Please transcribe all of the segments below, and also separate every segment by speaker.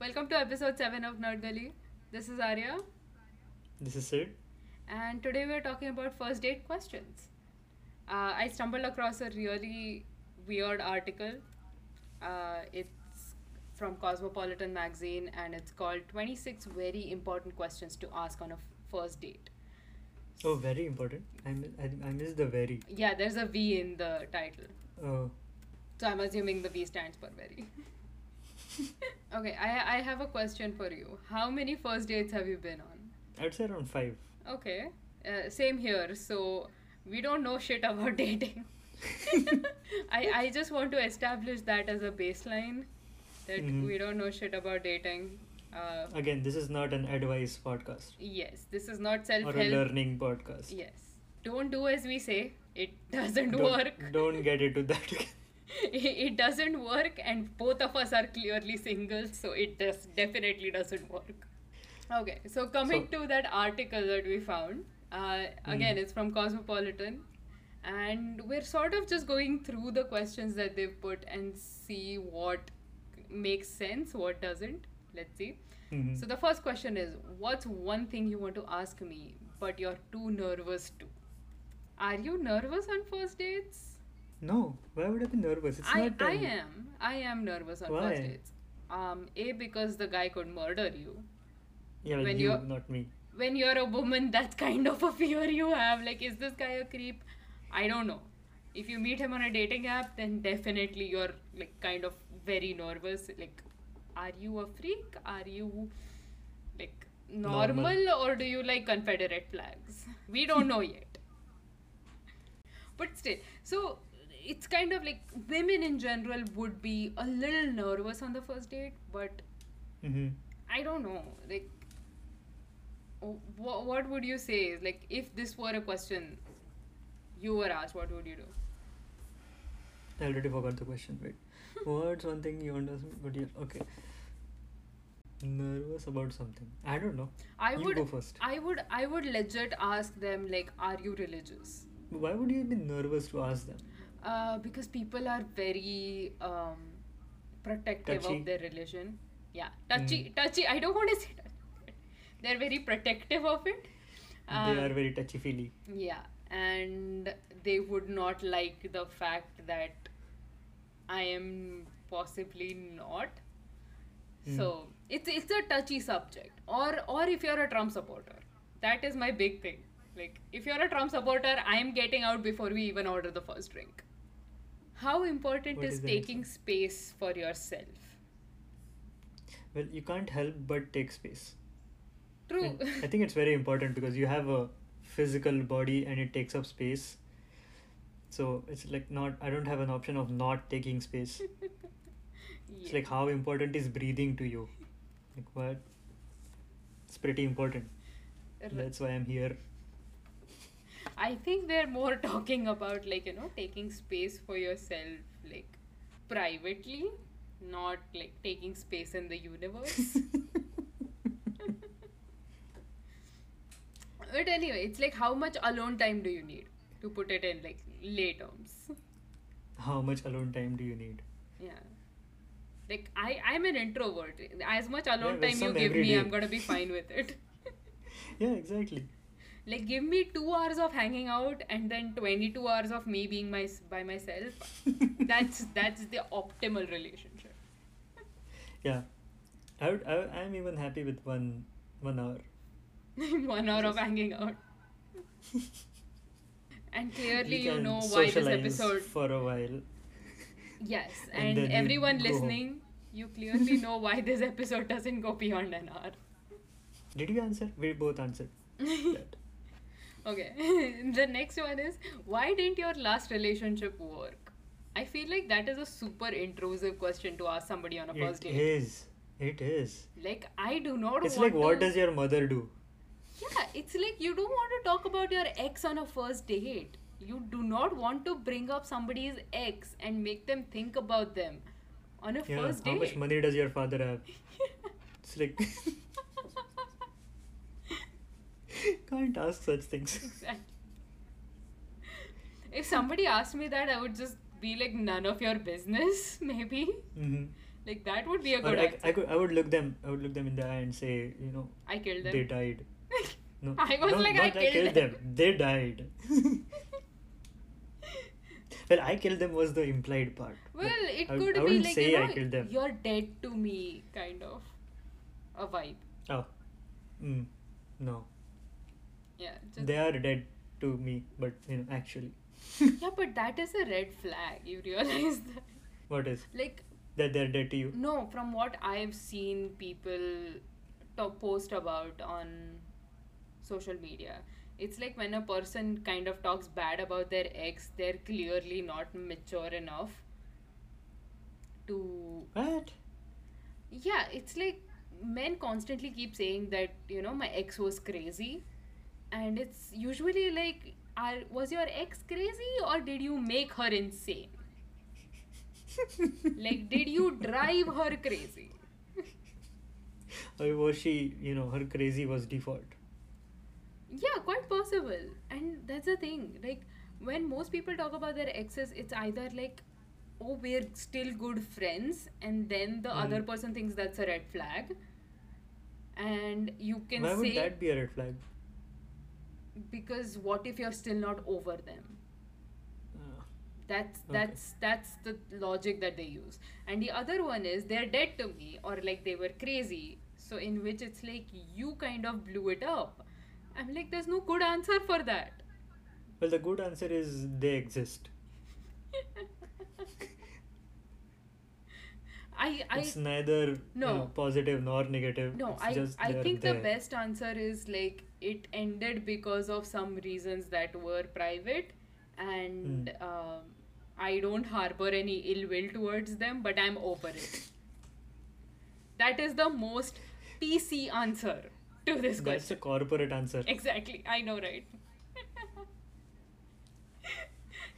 Speaker 1: welcome to episode 7 of Nerd Gully. This is Arya,
Speaker 2: This is Sid.
Speaker 1: and today we're talking about first date questions. Uh, I stumbled across a really weird article. Uh, it's from Cosmopolitan magazine, and it's called 26 Very Important Questions to Ask on a F- First Date.
Speaker 2: Oh, very important. I miss, I, I miss the very.
Speaker 1: Yeah, there's a V in the title.
Speaker 2: Oh,
Speaker 1: So I'm assuming the V stands for very. okay, I, I have a question for you. How many first dates have you been on?
Speaker 2: I'd say around five.
Speaker 1: Okay, uh, same here. So we don't know shit about dating. I, I just want to establish that as a baseline that
Speaker 2: Mhm.
Speaker 1: we don't know shit about dating. Uh,
Speaker 2: Again, this is not an advice podcast
Speaker 1: yes, this is not self
Speaker 2: or a
Speaker 1: help.
Speaker 2: learning podcast.
Speaker 1: Yes. Don't do as we say, it doesn't
Speaker 2: Don't-
Speaker 1: work.
Speaker 2: Don't get into that.
Speaker 1: it it doesn't work and both of us are clearly single so it just definitely doesn't work okay so coming to that article that we found uh, again
Speaker 2: Mm.
Speaker 1: it's from cosmopolitan and we're sort of just going through the questions that they've put and see what makes sense what doesn't let's see
Speaker 2: Mhm.
Speaker 1: so the first question is what's one thing you want to ask me but you're too nervous to are you nervous on first dates
Speaker 2: no, why would I be nervous? It's
Speaker 1: I,
Speaker 2: not.
Speaker 1: I
Speaker 2: um,
Speaker 1: am. I am nervous on
Speaker 2: Why?
Speaker 1: first dates. Um, A, because the guy could murder you.
Speaker 2: Yeah, well,
Speaker 1: when
Speaker 2: you,
Speaker 1: you're-
Speaker 2: not me.
Speaker 1: When you're a woman, that's kind of a fear you have. Like, is this guy a creep? I don't know. If you meet him on a dating app, then definitely you're like kind of very nervous. Like, are you a freak? Are you like normal,
Speaker 2: Normal.
Speaker 1: or do you like Confederate flags? We don't know yet. But still, so it's kind of like women in general would be a little nervous on the first date, but
Speaker 2: hmm
Speaker 1: I don't know. Like, what what would you say? is, Like, if this were a question you were asked, what would you do?
Speaker 2: I already forgot the question. Wait. What's one thing you want us? But you okay. Nervous about something. I don't know.
Speaker 1: I
Speaker 2: you
Speaker 1: would.
Speaker 2: go first.
Speaker 1: I would. I would legit ask them like, are you religious?
Speaker 2: Why would you be nervous to ask them?
Speaker 1: Uh, because people are very um, protective
Speaker 2: Touchy. Mm.
Speaker 1: of their religion. Yeah, touchy, touchy. I don't want to say touchy. They're very protective of it.
Speaker 2: they
Speaker 1: Um,
Speaker 2: are very touchy feely.
Speaker 1: Yeah, and they would not like the fact that I am possibly not.
Speaker 2: Hmm.
Speaker 1: So it's it's a touchy subject. Or or if you're a Trump supporter, that is my big thing. Like if you're a Trump supporter, I am getting out before we even order the first drink. How important
Speaker 2: What
Speaker 1: is
Speaker 2: is the next
Speaker 1: taking space for yourself?
Speaker 2: Well, you can't help but take space.
Speaker 1: True.
Speaker 2: And I think it's very important because you have a physical body and it takes up space. So it's like not I don't have an option of not taking space. It's
Speaker 1: Yeah.
Speaker 2: like how important is breathing to you? Like what? It's pretty important.
Speaker 1: Right.
Speaker 2: That's why I'm here.
Speaker 1: I think they're more talking about like you know taking space for yourself like privately, not like taking space in the universe. but anyway, it's like how much alone time do you need to put it in like lay terms?
Speaker 2: How much alone time do you need?
Speaker 1: Yeah. Like I, I'm an introvert. As much alone
Speaker 2: Yeah,
Speaker 1: time
Speaker 2: there's
Speaker 1: you
Speaker 2: some
Speaker 1: give
Speaker 2: every
Speaker 1: me,
Speaker 2: day.
Speaker 1: I'm gonna be fine with it.
Speaker 2: Yeah, exactly.
Speaker 1: like give me two hours of hanging out and then 22 hours of me being my by myself that's that's the optimal relationship
Speaker 2: Yeah. I would, I would- I'm even happy with one one hour.
Speaker 1: one hour of hanging out and
Speaker 2: We
Speaker 1: clearly you
Speaker 2: can
Speaker 1: know why this
Speaker 2: socialize
Speaker 1: episode
Speaker 2: for a while.
Speaker 1: yes
Speaker 2: and
Speaker 1: and,
Speaker 2: then we
Speaker 1: everyone
Speaker 2: go home.
Speaker 1: listening you clearly know why this episode doesn't go beyond an hour
Speaker 2: Did you answer? We both answered. that.
Speaker 1: okay the next one is why didn't your last relationship work i feel like that is a super intrusive question to ask somebody on a first
Speaker 2: It
Speaker 1: date
Speaker 2: is. It is.
Speaker 1: Like I do not.
Speaker 2: It's
Speaker 1: want
Speaker 2: like what
Speaker 1: to,
Speaker 2: does your mother do?
Speaker 1: Yeah, it's like you don't want to talk about your ex on a first date. You do not want to bring up somebody's ex and make them think about them on a
Speaker 2: Yeah.
Speaker 1: first date.
Speaker 2: How much money does your father have? It's like can't ask such things.
Speaker 1: exactly. If somebody asked me that, I would just be like, none of your business, maybe.
Speaker 2: hmm
Speaker 1: Like that would be a
Speaker 2: Or
Speaker 1: good.
Speaker 2: I,
Speaker 1: answer.
Speaker 2: I could I would look them I would look them in the eye and say you know
Speaker 1: I killed them.
Speaker 2: they died. No,
Speaker 1: I was
Speaker 2: no,
Speaker 1: like,
Speaker 2: not
Speaker 1: I killed
Speaker 2: them.
Speaker 1: them.
Speaker 2: They died. well, I killed them was the implied part. but
Speaker 1: Well, it
Speaker 2: I, would-
Speaker 1: could
Speaker 2: I
Speaker 1: be
Speaker 2: wouldn't
Speaker 1: like
Speaker 2: say
Speaker 1: you know,
Speaker 2: I killed them.
Speaker 1: you're dead to me, kind of a vibe.
Speaker 2: Oh, mm, no,
Speaker 1: Yeah, just,
Speaker 2: they are dead to me, but you know actually,
Speaker 1: yeah, but that is a red flag. You realize that?
Speaker 2: what is
Speaker 1: Like,
Speaker 2: that? They're dead to you.
Speaker 1: no, from what I've seen people to- post about on social media, it's like when a person kind of talks bad about their ex, they're clearly not mature enough to
Speaker 2: What?
Speaker 1: Yeah, it's like men constantly keep saying that, you know, my ex was crazy. And it's usually like, are, was your ex crazy or did you make her insane? Like, did you drive her crazy?
Speaker 2: Or was she? You know, her crazy was default.
Speaker 1: Yeah, quite possible. And that's the thing. Like, when most people talk about their exes, it's either like, oh, we're still good friends, and then the
Speaker 2: Mm.
Speaker 1: other person thinks that's a red flag. And you can
Speaker 2: Why
Speaker 1: say.
Speaker 2: would that be a red flag?
Speaker 1: because what if you're still not over them
Speaker 2: Uh,
Speaker 1: that's
Speaker 2: Okay.
Speaker 1: that's that's the logic that they use and the other one is they're dead to me or like they were crazy so in which it's like you kind of blew it up i'm like there's no good answer for that
Speaker 2: well, the good answer is they exist.
Speaker 1: i i
Speaker 2: it's neither
Speaker 1: No.
Speaker 2: you know, positive nor negative.
Speaker 1: no
Speaker 2: it's
Speaker 1: i
Speaker 2: just
Speaker 1: i
Speaker 2: they're
Speaker 1: think the
Speaker 2: there.
Speaker 1: best answer is like it ended because of some reasons that were private and
Speaker 2: Hmm.
Speaker 1: um, i don't harbor any ill will towards them but i'm over it that is the most pc answer to this
Speaker 2: That's
Speaker 1: question
Speaker 2: a corporate answer.
Speaker 1: exactly i know right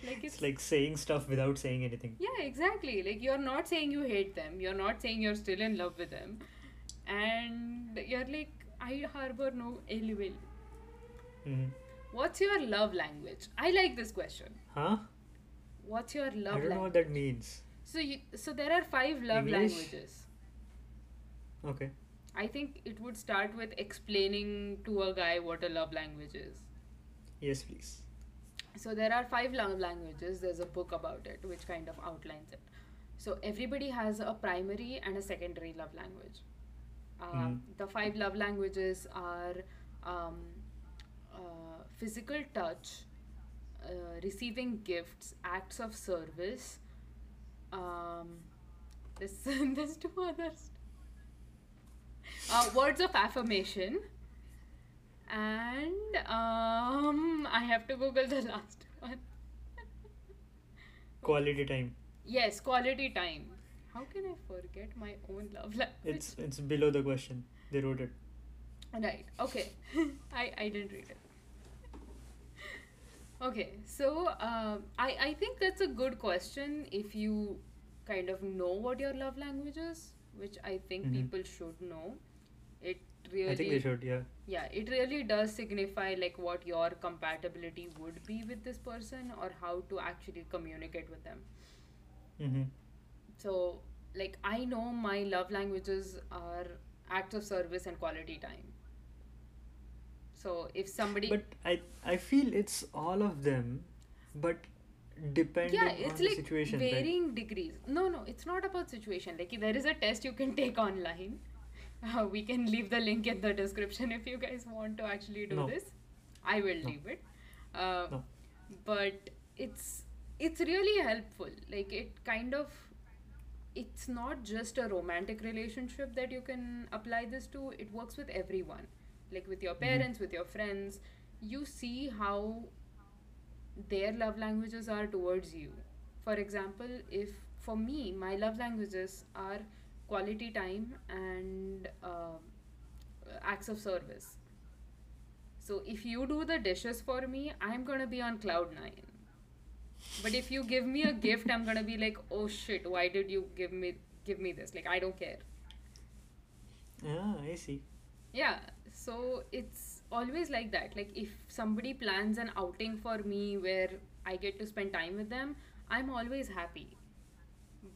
Speaker 1: like it's,
Speaker 2: It's like saying stuff without saying anything.
Speaker 1: yeah, exactly. Like you're not saying you hate them. You're not saying you're still in love with them. And you're like, I harbor no ill will.
Speaker 2: hmm
Speaker 1: What's your love language? I like this question.
Speaker 2: Huh?
Speaker 1: What's your
Speaker 2: I
Speaker 1: love
Speaker 2: don't know
Speaker 1: language?
Speaker 2: what that means.
Speaker 1: So you, so there are five love
Speaker 2: English?
Speaker 1: languages.
Speaker 2: Okay.
Speaker 1: I think it would start with explaining to a guy what a love language is.
Speaker 2: Yes, please.
Speaker 1: So there are five love languages. There's a book about it which kind of outlines it. So everybody has a primary and a secondary love language. Um,
Speaker 2: Mhm.
Speaker 1: The five love languages are um, uh, physical touch, uh, receiving gifts, acts of service. Um, this there's two others. Uh, words of affirmation. And um, I have to Google the last one.
Speaker 2: Quality time.
Speaker 1: Yes, quality time. How can I forget my own love language?
Speaker 2: It's it's below the question. They wrote it.
Speaker 1: Right. Okay. I, I didn't read it. Okay. So um, I I think that's a good question if you kind of know what your love language is, which I think
Speaker 2: Mhm.
Speaker 1: people should know. It really
Speaker 2: I think they should. Yeah.
Speaker 1: yeah it really does signify like what your compatibility would be with this person or how to actually communicate with them
Speaker 2: Mm-hmm.
Speaker 1: so like i know my love languages are acts of service and quality time so if somebody
Speaker 2: But I I feel it's all of them, but depending
Speaker 1: yeah it's
Speaker 2: on
Speaker 1: like
Speaker 2: the situation. right?
Speaker 1: varying degrees no no it's not about situation like there is a test you can take online uh, we can leave the link in the description if you guys want to actually do
Speaker 2: No.
Speaker 1: this i will
Speaker 2: No.
Speaker 1: leave it uh,
Speaker 2: No.
Speaker 1: but it's it's really helpful like it kind of it's not just a romantic relationship that you can apply this to it works with everyone like with your
Speaker 2: Mhm.
Speaker 1: parents with your friends you see how their love languages are towards you for example if for me my love languages are quality time and um acts of service so if you do the dishes for me i'm gonna be on cloud nine but if you give me a gift i'm gonna be like oh shit why did you give me give me this like i don't care
Speaker 2: Ah, I see.
Speaker 1: yeah so it's always like that like if somebody plans an outing for me where i get to spend time with them i'm always happy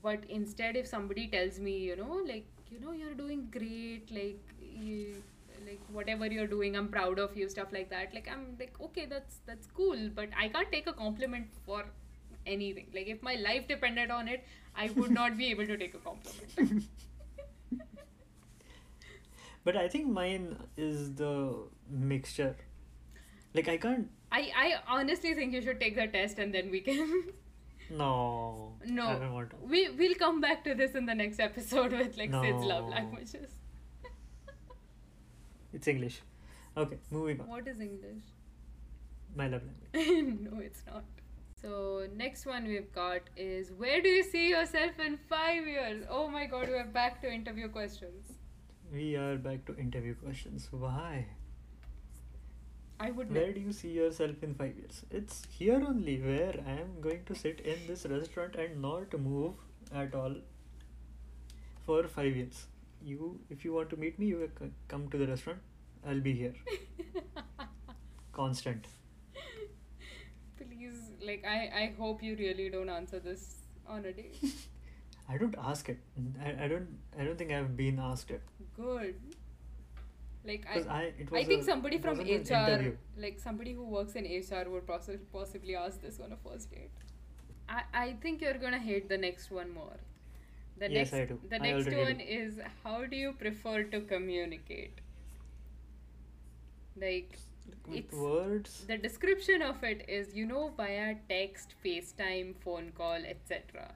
Speaker 1: but instead if somebody tells me you know like you know you're doing great like you like whatever you're doing i'm proud of you stuff like that like i'm like okay that's that's cool but i can't take a compliment for anything like if my life depended on it i would not be able to take a compliment
Speaker 2: But I think mine is the mixture. Like I can't.
Speaker 1: i i honestly think you should take the test and then we can
Speaker 2: No.
Speaker 1: No.
Speaker 2: I don't want to.
Speaker 1: we we'll come back to this in the next episode with like Sid's love
Speaker 2: No.
Speaker 1: languages
Speaker 2: It's English. Okay, moving on.
Speaker 1: what is english
Speaker 2: My love language.
Speaker 1: no, it's not. So next one we've got is where do you see yourself in five years? Oh my god, we're back to interview questions.
Speaker 2: We are back to interview questions. Why?
Speaker 1: I would
Speaker 2: Where do you see yourself in five years? It's here only where I am going to sit in this restaurant and not move at all for five years. You, if you want to meet me, you c- come to the restaurant. I'll be here. Constant.
Speaker 1: please like I I hope you really don't answer this on a day.
Speaker 2: I don't ask it. I, I don't. I don't think I've been asked it.
Speaker 1: Good. Like I.
Speaker 2: Because I, it was
Speaker 1: I think
Speaker 2: a-
Speaker 1: somebody
Speaker 2: it
Speaker 1: from
Speaker 2: wasn't an
Speaker 1: HR,
Speaker 2: interview.
Speaker 1: like somebody who works in HR, would possi- possibly ask this on a first date. I, I think you're gonna hate the next one more. The
Speaker 2: Yes,
Speaker 1: next,
Speaker 2: I do.
Speaker 1: The
Speaker 2: I
Speaker 1: next
Speaker 2: already
Speaker 1: one
Speaker 2: do.
Speaker 1: is how do you prefer to communicate? Like
Speaker 2: With
Speaker 1: it's-
Speaker 2: words.
Speaker 1: the description of it is you know via text, FaceTime, phone call, etc.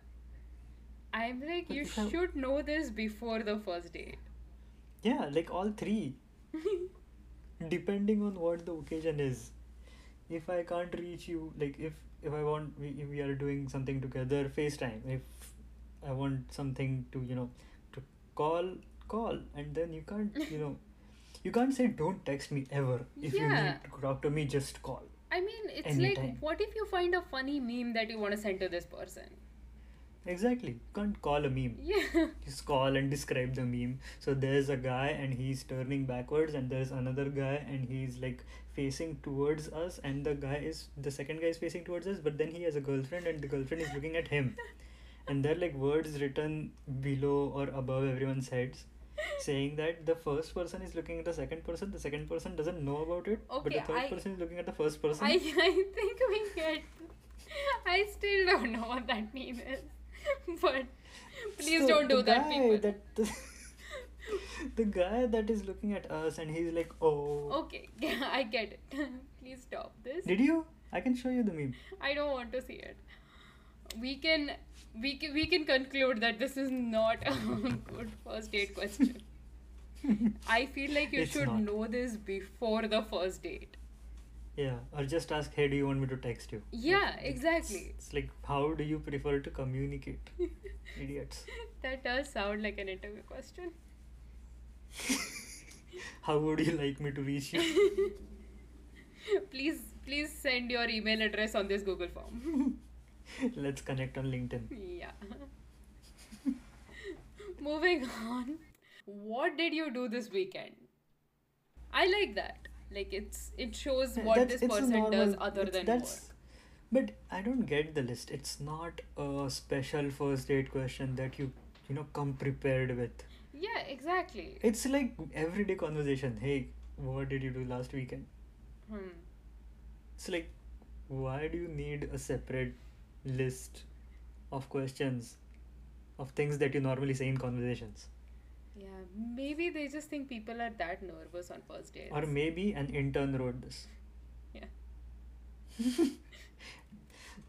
Speaker 1: I'm like
Speaker 2: But
Speaker 1: you
Speaker 2: if I-
Speaker 1: should know this before the first date.
Speaker 2: Yeah, like all three. Depending on what the occasion is. If I can't reach you, like if if I want we if we are doing something together, FaceTime. If I want something to you know to call, call, and then you can't you know you can't say don't text me ever. If you
Speaker 1: Yeah.
Speaker 2: need to talk to me, just call.
Speaker 1: I mean, it's like,
Speaker 2: Anytime.
Speaker 1: what if you find a funny meme that you want to send to this person?
Speaker 2: Exactly, you can't call a meme.
Speaker 1: Yeah.
Speaker 2: Just call and describe the meme. So there's a guy and he's turning backwards, and there's another guy and he's like facing towards us, and the guy is the second guy is facing towards us, but then he has a girlfriend and the girlfriend is looking at him, and there are like words written below or above everyone's heads, saying that the first person is looking at the second person, the second person doesn't know about it, but
Speaker 1: Okay,
Speaker 2: the third
Speaker 1: I-
Speaker 2: person is looking at the first person.
Speaker 1: I, I think we get. I still don't know what that meme is. But please
Speaker 2: So
Speaker 1: don't do
Speaker 2: the
Speaker 1: that,
Speaker 2: guy
Speaker 1: people.
Speaker 2: that- the, the guy that is looking at us and he's like, oh.
Speaker 1: Okay, yeah, I get it. please stop this.
Speaker 2: Did you? I can show you the meme.
Speaker 1: I don't want to see it. We can. We can, we can conclude that this is not a good first date question. I feel like you
Speaker 2: It's
Speaker 1: should
Speaker 2: not.
Speaker 1: know this before the first date.
Speaker 2: Yeah, or just ask, hey, do you want me to text you?
Speaker 1: Yeah,
Speaker 2: It's-
Speaker 1: exactly.
Speaker 2: It's like, how do you prefer to communicate? Idiots.
Speaker 1: That does sound like an interview question.
Speaker 2: How would you like me to reach you?
Speaker 1: please, please send your email address on this Google form.
Speaker 2: Let's connect on LinkedIn.
Speaker 1: yeah. Moving on. What did you do this weekend? I like that. Like it's it shows what
Speaker 2: That's-
Speaker 1: this
Speaker 2: it's a
Speaker 1: person does
Speaker 2: normal-
Speaker 1: other
Speaker 2: it's-
Speaker 1: than
Speaker 2: that's- But I don't get the list. It's not a special first date question that you you know come prepared with.
Speaker 1: work. Yeah, exactly.
Speaker 2: It's like everyday conversation. Hey, what did you do last weekend?
Speaker 1: Hmm.
Speaker 2: It's like, why do you need a separate list of questions of things that you normally say in conversations?
Speaker 1: Yeah, maybe they just think people are that nervous on first dates.
Speaker 2: Or maybe an intern wrote this.
Speaker 1: yeah.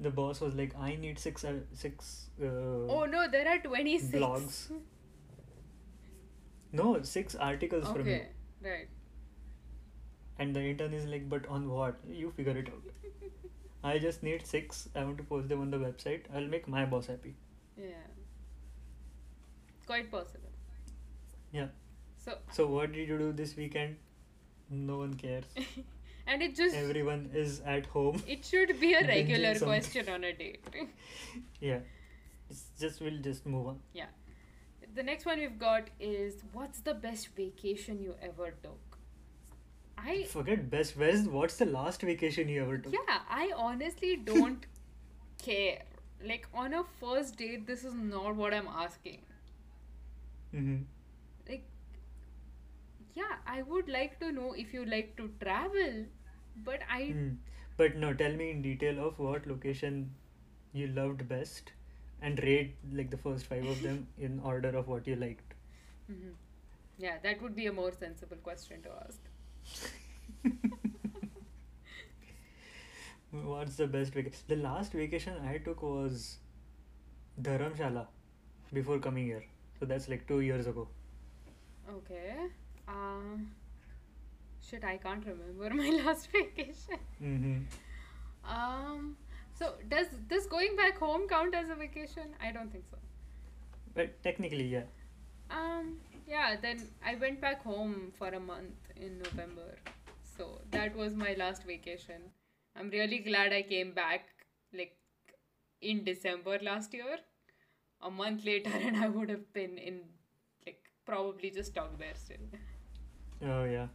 Speaker 2: The boss was like, I need six uh, six uh,
Speaker 1: Oh no, there are twenty six
Speaker 2: blogs. No, six articles from you.
Speaker 1: Okay, right.
Speaker 2: And the intern is like, but on what? You figure it out. I just need six. I want to post them on the website. I'll make my boss happy.
Speaker 1: Yeah. Quite possible.
Speaker 2: Yeah.
Speaker 1: So,
Speaker 2: So what did you do this weekend? No one cares.
Speaker 1: and it just
Speaker 2: Everyone is at home.
Speaker 1: it should be a
Speaker 2: Binging
Speaker 1: regular
Speaker 2: something.
Speaker 1: question on a date.
Speaker 2: Yeah. It's just we'll just move on.
Speaker 1: yeah. The next one we've got is what's the best vacation you ever took? I
Speaker 2: Forget best. Where's what's the last vacation you ever took?
Speaker 1: yeah, I honestly don't care like on a first date this is not what i'm asking
Speaker 2: Mm-hmm.
Speaker 1: like yeah i would like to know if you like to travel but i
Speaker 2: Mm. But no, tell me in detail of what location you loved best and rate like the first five of them in order of what you liked.
Speaker 1: Mhm. yeah that would be a more sensible question to ask
Speaker 2: What's the best vacation? The last vacation I took was Dharamshala before coming here. So that's like two years ago.
Speaker 1: okay uh, shit i can't remember my last vacation
Speaker 2: Mm-hmm.
Speaker 1: um so does this going back home count as a vacation i don't think so
Speaker 2: But technically, yeah.
Speaker 1: Um, yeah, then I went back home for a month in November. So that was my last vacation. I'm really glad I came back like in December last year. A month later and I would have been in like probably just stuck there still.
Speaker 2: Oh yeah.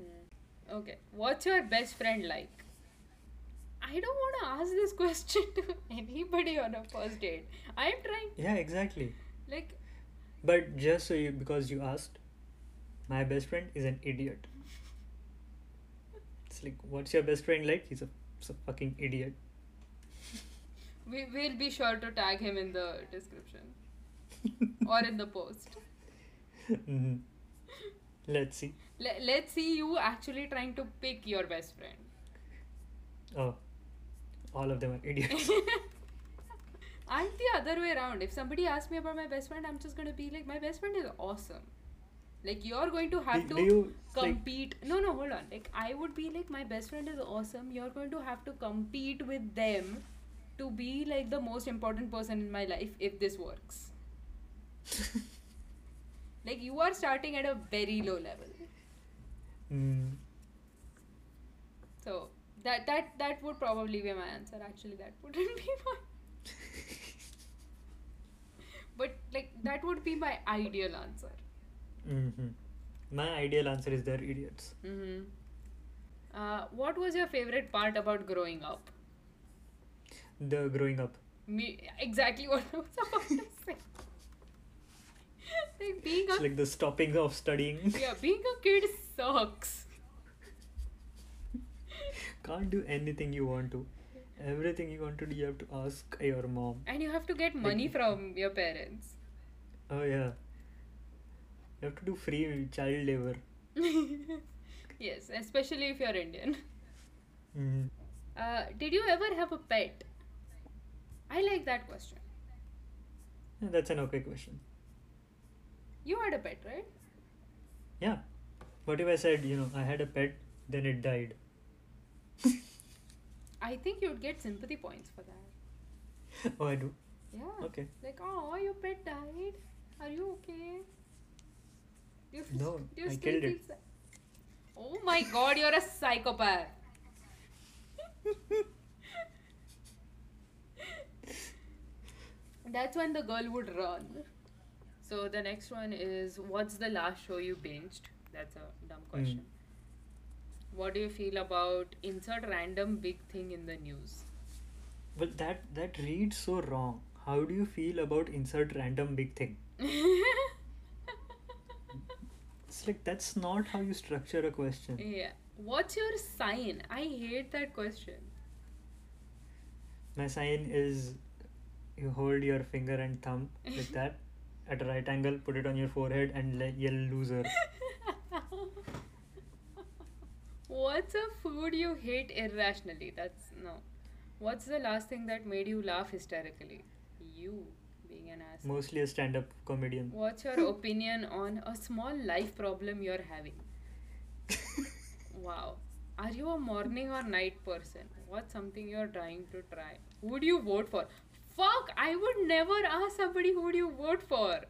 Speaker 1: Hmm. Okay. What's your best friend like? I don't want to ask this question to anybody on a first date. I'm trying
Speaker 2: Yeah, exactly.
Speaker 1: like
Speaker 2: But just so you, because you asked, my best friend is an idiot. It's like, what's your best friend like? He's a, he's a fucking idiot.
Speaker 1: We will be sure to tag him in the description or in the post.
Speaker 2: Mhm. Let's see.
Speaker 1: Le- let's see you actually trying to pick your best friend.
Speaker 2: Oh, all of them are idiots.
Speaker 1: I'm the other way around. If somebody asks me about my best friend, I'm just gonna be like, my best friend is awesome. Like you're going to have
Speaker 2: do,
Speaker 1: to
Speaker 2: do you like,
Speaker 1: compete. no, no, hold on. Like I would be like, my best friend is awesome. You're going to have to compete with them to be like the most important person in my life if this works. Like you are starting at a very low level.
Speaker 2: Mm,
Speaker 1: So that that that would probably be my answer. Actually, that wouldn't be my. But like that would be my ideal answer.
Speaker 2: hmm My ideal answer is they're idiots.
Speaker 1: Mm-hmm. Uh, what was your favorite part about growing up?
Speaker 2: The growing up.
Speaker 1: Me exactly what I was about to say. like being
Speaker 2: It's
Speaker 1: a
Speaker 2: like the stopping of studying.
Speaker 1: yeah, being a kid sucks.
Speaker 2: Can't do anything you want to. Everything you want to do, you have to ask your mom.
Speaker 1: And you have to get money from your parents.
Speaker 2: Oh yeah. You have to do free child labor.
Speaker 1: yes, especially if you're Indian.
Speaker 2: Mm.
Speaker 1: Uh, did you ever have a pet? I like that question.
Speaker 2: Yeah, That's an okay question.
Speaker 1: You had a pet, right?
Speaker 2: Yeah. What if I said, you know, I had a pet, then it died?
Speaker 1: I think you'd get sympathy points for that.
Speaker 2: oh, I do.
Speaker 1: Yeah.
Speaker 2: Okay.
Speaker 1: Like, oh, your pet died. Are you okay? Do you,
Speaker 2: No,
Speaker 1: do you
Speaker 2: I
Speaker 1: still
Speaker 2: killed
Speaker 1: feel
Speaker 2: it.
Speaker 1: sa- Oh my god, you're a psychopath. That's when the girl would run. So the next one is what's the last show you binged? That's a dumb
Speaker 2: Hmm.
Speaker 1: question. What do you feel about insert random big thing in the news?
Speaker 2: But that that reads so wrong. How do you feel about insert random big thing? Hmm. It's like that's not how you structure a question.
Speaker 1: yeah. What's your sign? I hate that question.
Speaker 2: My sign is you hold your finger and thumb like that at a right angle, put it on your forehead, and le- yell loser.
Speaker 1: What's a food you hate irrationally? That's no. What's the last thing that made you laugh hysterically? You being an ass.
Speaker 2: Mostly a stand up comedian.
Speaker 1: What's your opinion on a small life problem you're having? Wow. Are you a morning or night person? What's something you're trying to try? Who do you vote for? Fuck, I would never ask somebody who do you vote for.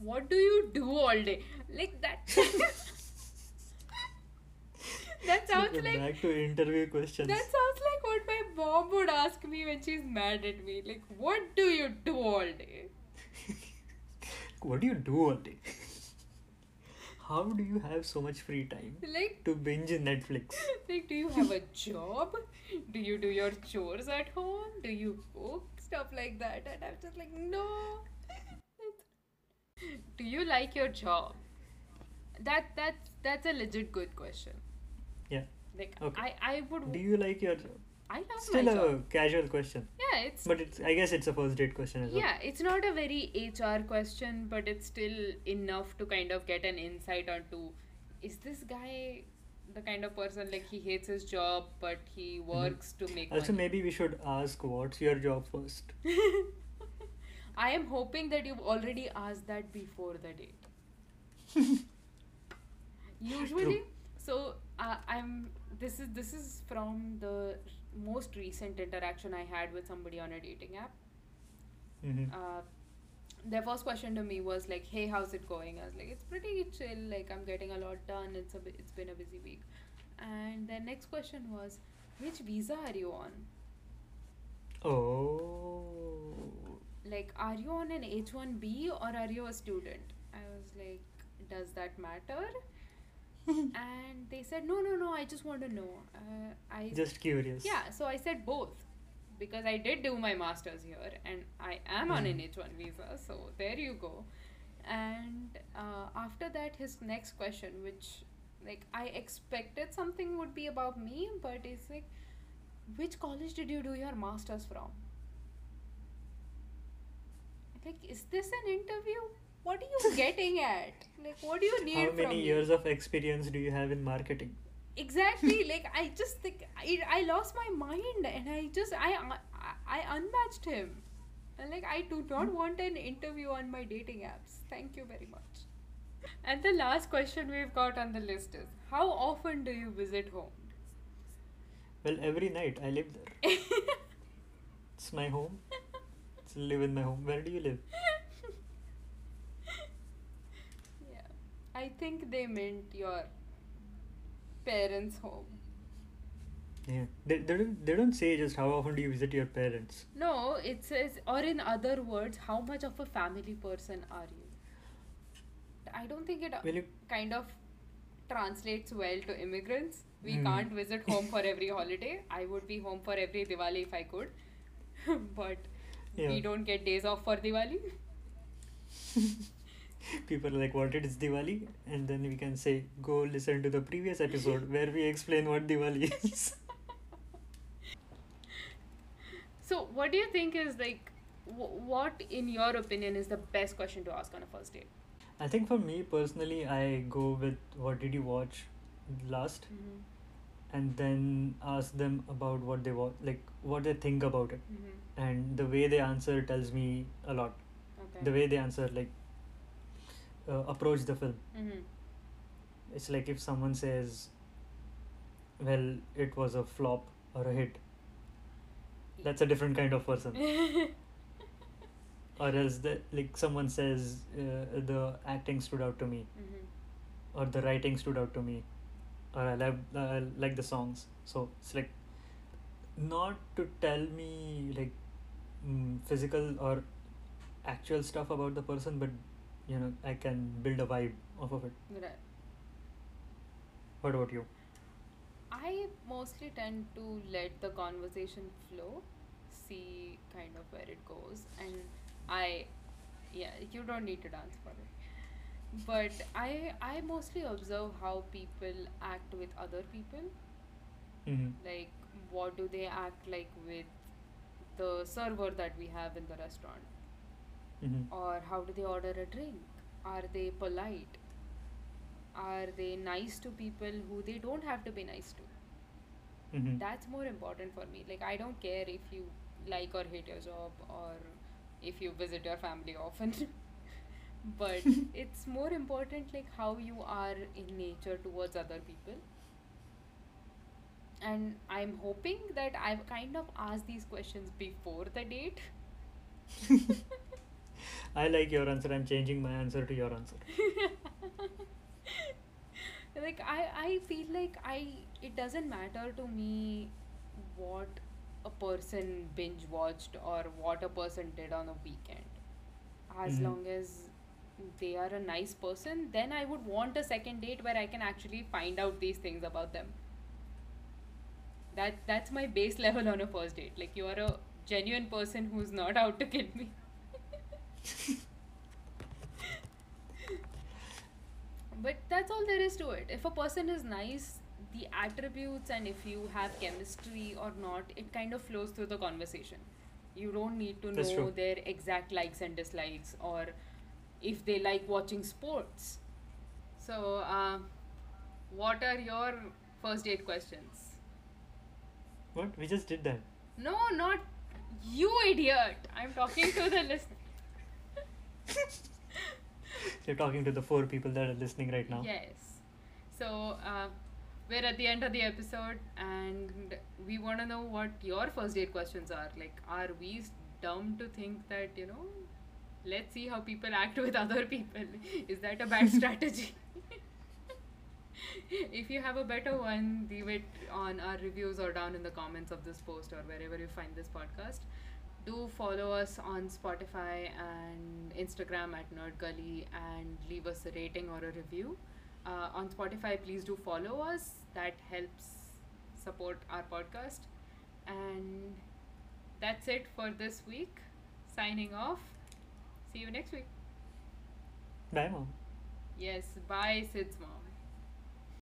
Speaker 1: What do you do all day? Like that. that sounds
Speaker 2: We're
Speaker 1: like
Speaker 2: back to interview questions.
Speaker 1: that sounds like what my mom would ask me when she's mad at me. Like, what do you do all day?
Speaker 2: what do you do all day? how do you have so much free time
Speaker 1: Like,
Speaker 2: to binge Netflix?
Speaker 1: like, do you have a job? Do you do your chores at home? Do you cook? Stuff like that. And I'm just like, no. do you like your job? That that's that's a legit good question.
Speaker 2: Yeah.
Speaker 1: Like
Speaker 2: Okay.
Speaker 1: I I would
Speaker 2: Do you like your
Speaker 1: I love
Speaker 2: still
Speaker 1: my
Speaker 2: a
Speaker 1: job.
Speaker 2: casual question,
Speaker 1: Yeah, it's
Speaker 2: but it's I guess it's a first date question as well.
Speaker 1: yeah, it's not a very HR question, but it's still enough to kind of get an insight onto is this guy the kind of person like he hates his job but he works to make
Speaker 2: Also,
Speaker 1: money.
Speaker 2: Uh, maybe we should ask what's your job first.
Speaker 1: I am hoping that you've already asked that before the date. Usually,
Speaker 2: True.
Speaker 1: so uh, I'm. This is this is from the most recent interaction I had with somebody on a dating app.
Speaker 2: hmm
Speaker 1: uh, their first question to me was like, "Hey, how's it going?" I was like, "It's pretty chill. Like, I'm getting a lot done. It's a bu- it's been a busy week." And their next question was, "Which visa are you on?
Speaker 2: Oh,
Speaker 1: Like, are you on an H-1B or are you a student?" I was like, "Does that matter?" and they said, "No, no, no. I just want to know." Uh, I
Speaker 2: just curious.
Speaker 1: Yeah, so I said both because I did do my masters here and I am on an H1 visa, so there you go. And uh, after that, his next question, which like I expected something would be about me, but it's like, which college did you do your masters from? Like, is this an interview? What are you getting at? Like, what do you need
Speaker 2: How
Speaker 1: from
Speaker 2: many
Speaker 1: me?
Speaker 2: years of experience do you have in marketing?
Speaker 1: exactly like i just think I, I lost my mind and i just i i, I unmatched him and like i do not want an interview on my dating apps thank you very much and the last question we've got on the list is how often do you visit home
Speaker 2: Well, every night I live there. It's my home. It's live in my home. Where do you live?
Speaker 1: yeah i think they meant your parents home
Speaker 2: Yeah. They, they don't they don't say just how often do you visit your parents.
Speaker 1: no it says or in other words how much of a family person are you i don't think it
Speaker 2: Will you
Speaker 1: kind of translates well to immigrants. We
Speaker 2: Hmm.
Speaker 1: can't visit home for every holiday. I would be home for every Diwali if I could. but
Speaker 2: Yeah.
Speaker 1: we don't get days off for Diwali.
Speaker 2: people are like what it is Diwali and then we can say go listen to the previous episode where we explain what Diwali is.
Speaker 1: So, what do you think is like, w- what in your opinion is the best question to ask on a first date?
Speaker 2: I think for me personally I go with what did you watch last
Speaker 1: Mm-hmm.
Speaker 2: and then ask them about what they watch like what they think about it
Speaker 1: Mm-hmm.
Speaker 2: and the way they answer tells me a lot.
Speaker 1: Okay.
Speaker 2: The way they answer like uh, approach the film.
Speaker 1: mm-hmm.
Speaker 2: It's like if someone says, well, it was a flop or a hit, that's a different kind of person.
Speaker 1: Mm-hmm.
Speaker 2: or else, the, like someone says, uh, the acting stood out to me,
Speaker 1: mm-hmm.
Speaker 2: or the writing stood out to me, or I love, uh, I like the songs. So it's like not to tell me like mm, physical or actual stuff about the person, but you know, I can build a vibe off of it.
Speaker 1: Right.
Speaker 2: What about you?
Speaker 1: I mostly tend to let the conversation flow, see kind of where it goes, and I, yeah, you don't need to dance for it. But I, I mostly observe how people act with other people.
Speaker 2: hmm
Speaker 1: Like, what do they act like with the server that we have in the restaurant?
Speaker 2: hmm
Speaker 1: Or how do they order a drink? Are they polite? Are they nice to people who they don't have to be nice to?
Speaker 2: hmm
Speaker 1: that's more important for me like i don't care if you like or hate your job or if you visit your family often but it's more important like how you are in nature towards other people and i'm hoping that i've kind of asked these questions before the date
Speaker 2: I like your answer. I'm changing my answer to your answer.
Speaker 1: like I, I feel like I it doesn't matter to me what a person binge watched or what a person did on a weekend as
Speaker 2: Mhm.
Speaker 1: long as they are a nice person, then I would want a second date where I can actually find out these things about them. That that's my base level on a first date. Like you are a genuine person who's not out to kill me. but that's all there is to it. If a person is nice, the attributes and if you have chemistry or not, it kind of flows through the conversation. You don't need to
Speaker 2: That's
Speaker 1: know
Speaker 2: true.
Speaker 1: their exact likes and dislikes or if they like watching sports. So, uh, what are your first date questions?
Speaker 2: What? We just did that.
Speaker 1: No, not you, idiot. I'm talking to the listener.
Speaker 2: You're talking to the four people that are listening right now.
Speaker 1: Yes. So uh, we're at the end of the episode, and we want to know what your first date questions are. Like, are we s- dumb to think that you know? Let's see how people act with other people. Is that a bad strategy? if you have a better one, leave it on our reviews or down in the comments of this post or wherever you find this podcast. Do follow us on Spotify and Instagram at Nerd Gully and leave us a rating or a review. Uh, on Spotify, please do follow us. That helps support our podcast. And that's it for this week. Signing off. See you next week.
Speaker 2: Bye, mom.
Speaker 1: Yes, bye, Sid's mom.